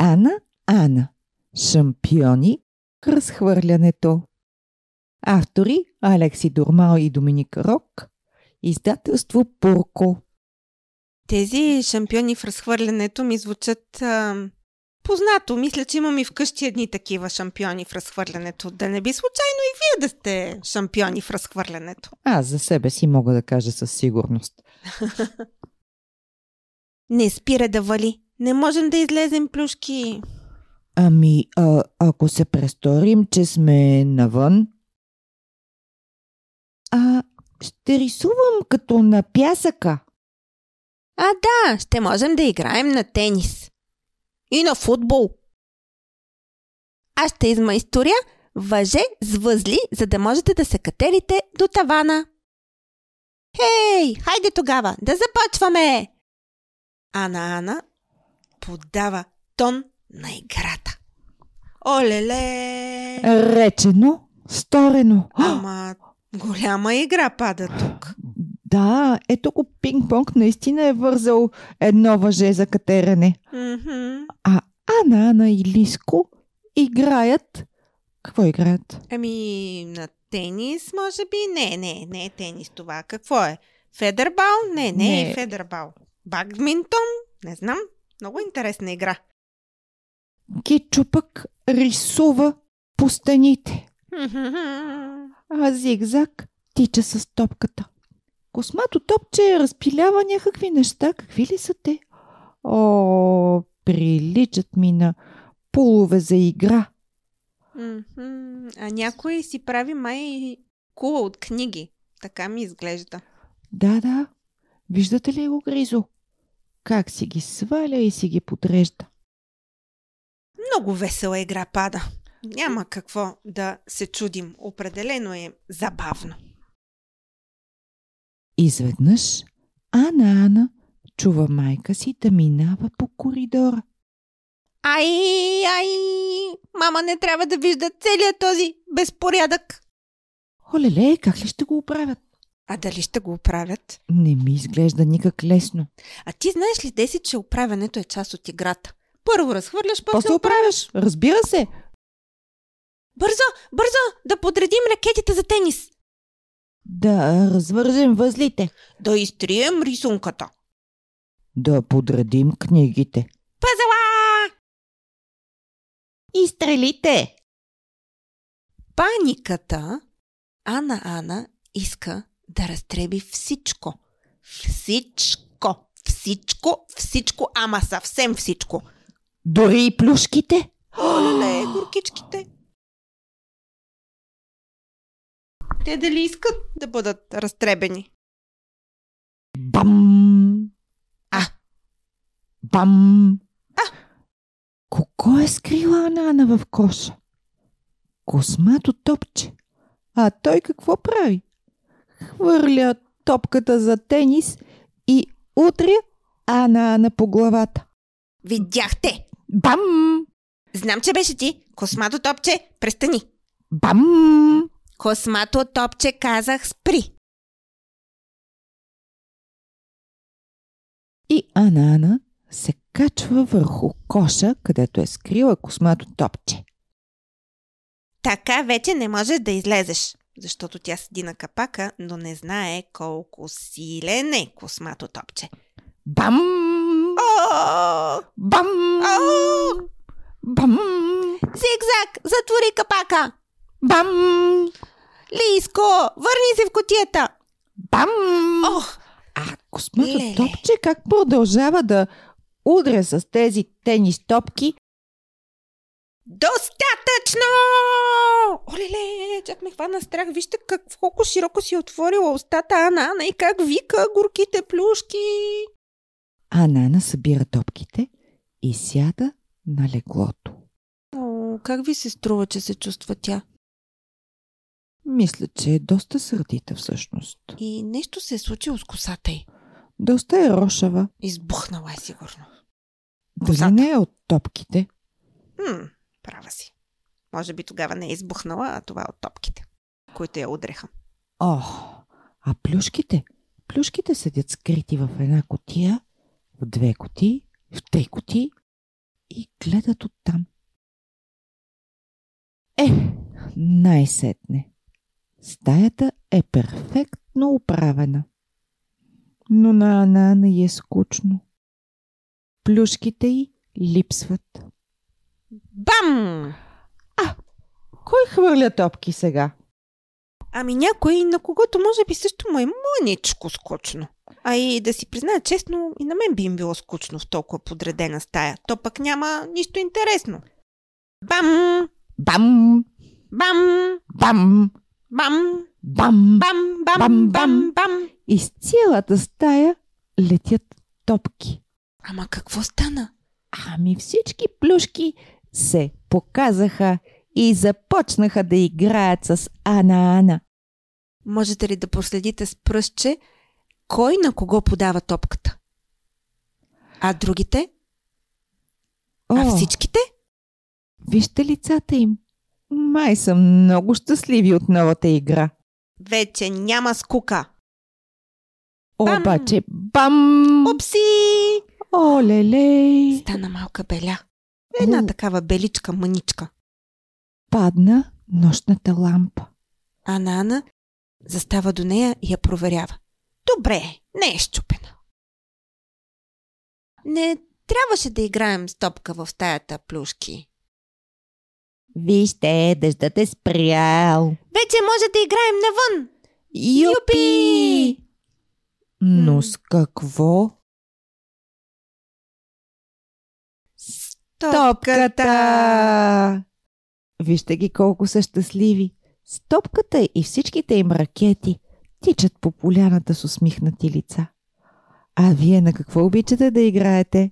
Диана, Ана. Шампиони в разхвърлянето. Автори Алекси Дурмал и Доминик Рок. Издателство Пурко. Тези шампиони в разхвърлянето ми звучат а, познато. Мисля, че имам и вкъщи едни такива шампиони в разхвърлянето. Да не би случайно и вие да сте шампиони в разхвърлянето. Аз за себе си мога да кажа със сигурност. Не спира да вали. Не можем да излезем плюшки. Ами, а, ако се престорим, че сме навън. А, ще рисувам като на пясъка. А да, ще можем да играем на тенис. И на футбол. Аз ще измайсторя въже с възли, за да можете да се катерите до тавана. Хей, хайде тогава, да започваме! Ана Ана подава тон на играта. Олеле! Е, Речено, сторено. Ама голяма игра пада тук. Да, ето го пинг-понг наистина е вързал едно въже за катерене. Мгм. А Ана, Ана и Лиско играят... Какво играят? Ами, на тенис, може би? Не, не, не е тенис това. Какво е? Федербал? Не, не, не. Не. е федербал. Бадминтон? Не знам. Много интересна игра. Кичо пък рисува по стените, а зигзаг тича с топката. Космато топче разпилява някакви неща. Какви ли са те? О, приличат ми на пулове за игра. Мгм. а някой си прави май кула от книги. Така ми изглежда. Да, да. Виждате ли го, Гризо? Как си ги сваля и си ги подрежда. Много весела игра пада. Няма какво да се чудим. Определено е забавно. Изведнъж Ана Ана чува майка си да минава по коридора. Ай, ай! Мама не трябва да вижда целият този безпорядък. Олеле, как ли ще го оправят? А дали ще го оправят? Не ми изглежда никак лесно. А ти знаеш ли, Деси, че оправянето е част от играта? Първо разхвърляш, после... После опра- оправяш, разбира се. Бързо, бързо, да подредим ракетите за тенис. Да развържем възлите. Да изтрием рисунката. Да подредим книгите. Пазала! И стрелите! Паниката Ана Ана иска да разтреби всичко. Всичко. Всичко, всичко, ама съвсем всичко. Дори и плюшките! Оле, горкичките. Те дали искат да бъдат разтребени? Бам! А! Бам! А! Кого е скрила Анана в коша? Космато топче. А той какво прави? Хвърля топката за тенис и утря Ана Ана по главата. Видяхте! Бам! Знам, че беше ти. Космато топче, престани. Бам! Космато топче, казах, спри. И Ана Ана се качва върху коша, където е скрила космато топче. Така вече не можеш да излезеш, защото тя седи на капака, но не знае колко силен е космато топче. Бам! О, Бам! Ау! Бам! зигзаг, затвори капака! Бам! Лиско, върни се в котията! Бам! Ох, А космато леле. топче как продължава да удря с тези тенис топки? достатъчно! Олеле, чак ме хвана страх. Вижте как, колко широко си отворила устата Ана, Ана и как вика горките плюшки. А Нана събира топките и сяда на леглото. О, как ви се струва, че се чувства тя? Мисля, че е доста сърдита всъщност. И нещо се е случило с косата й. Доста е рошава. Избухнала е сигурно. Дали Косата. не е от топките? Хм, права си. Може би тогава не е избухнала, а това е от топките, които я удреха. Ох, а плюшките? Плюшките седят скрити в една котия, в две коти, в три коти и гледат оттам. Е, най-сетне. Стаята е перфектно управена. Но на Анана й е скучно. Плюшките й липсват. Бам! Кой хвърля топки сега? Ами някой, на когото може би също му е мъничко скучно. А и да си призная честно, и на мен би им било скучно в толкова подредена стая. То пък няма нищо интересно. Бам! Бам! Бам! Бам! Бам! Бам! Бам, Бам! Бам! бам. Бам! Бам! Из цялата стая летят топки. Ама какво стана? Ами всички плюшки се показаха и започнаха да играят с Ана-Ана. Можете ли да проследите с пръстче кой на кого подава топката? А другите? А О, всичките? вижте лицата им. Май са много щастливи от новата игра. Вече няма скука. Бам! Обаче, бам! Упси! Олелей! Стана малка беля. Една О. такава беличка мъничка. Падна нощната лампа. А Нана застава до нея и я проверява. Добре, не е щупена. Не трябваше да играем с топка в стаята плюшки. Вижте, дъждът е спрял. Вече може да играем навън. Юпи! Но с какво? Топката! Вижте ги колко са щастливи. С топката и всичките им ракети тичат по поляната с усмихнати лица. А вие на какво обичате да играете?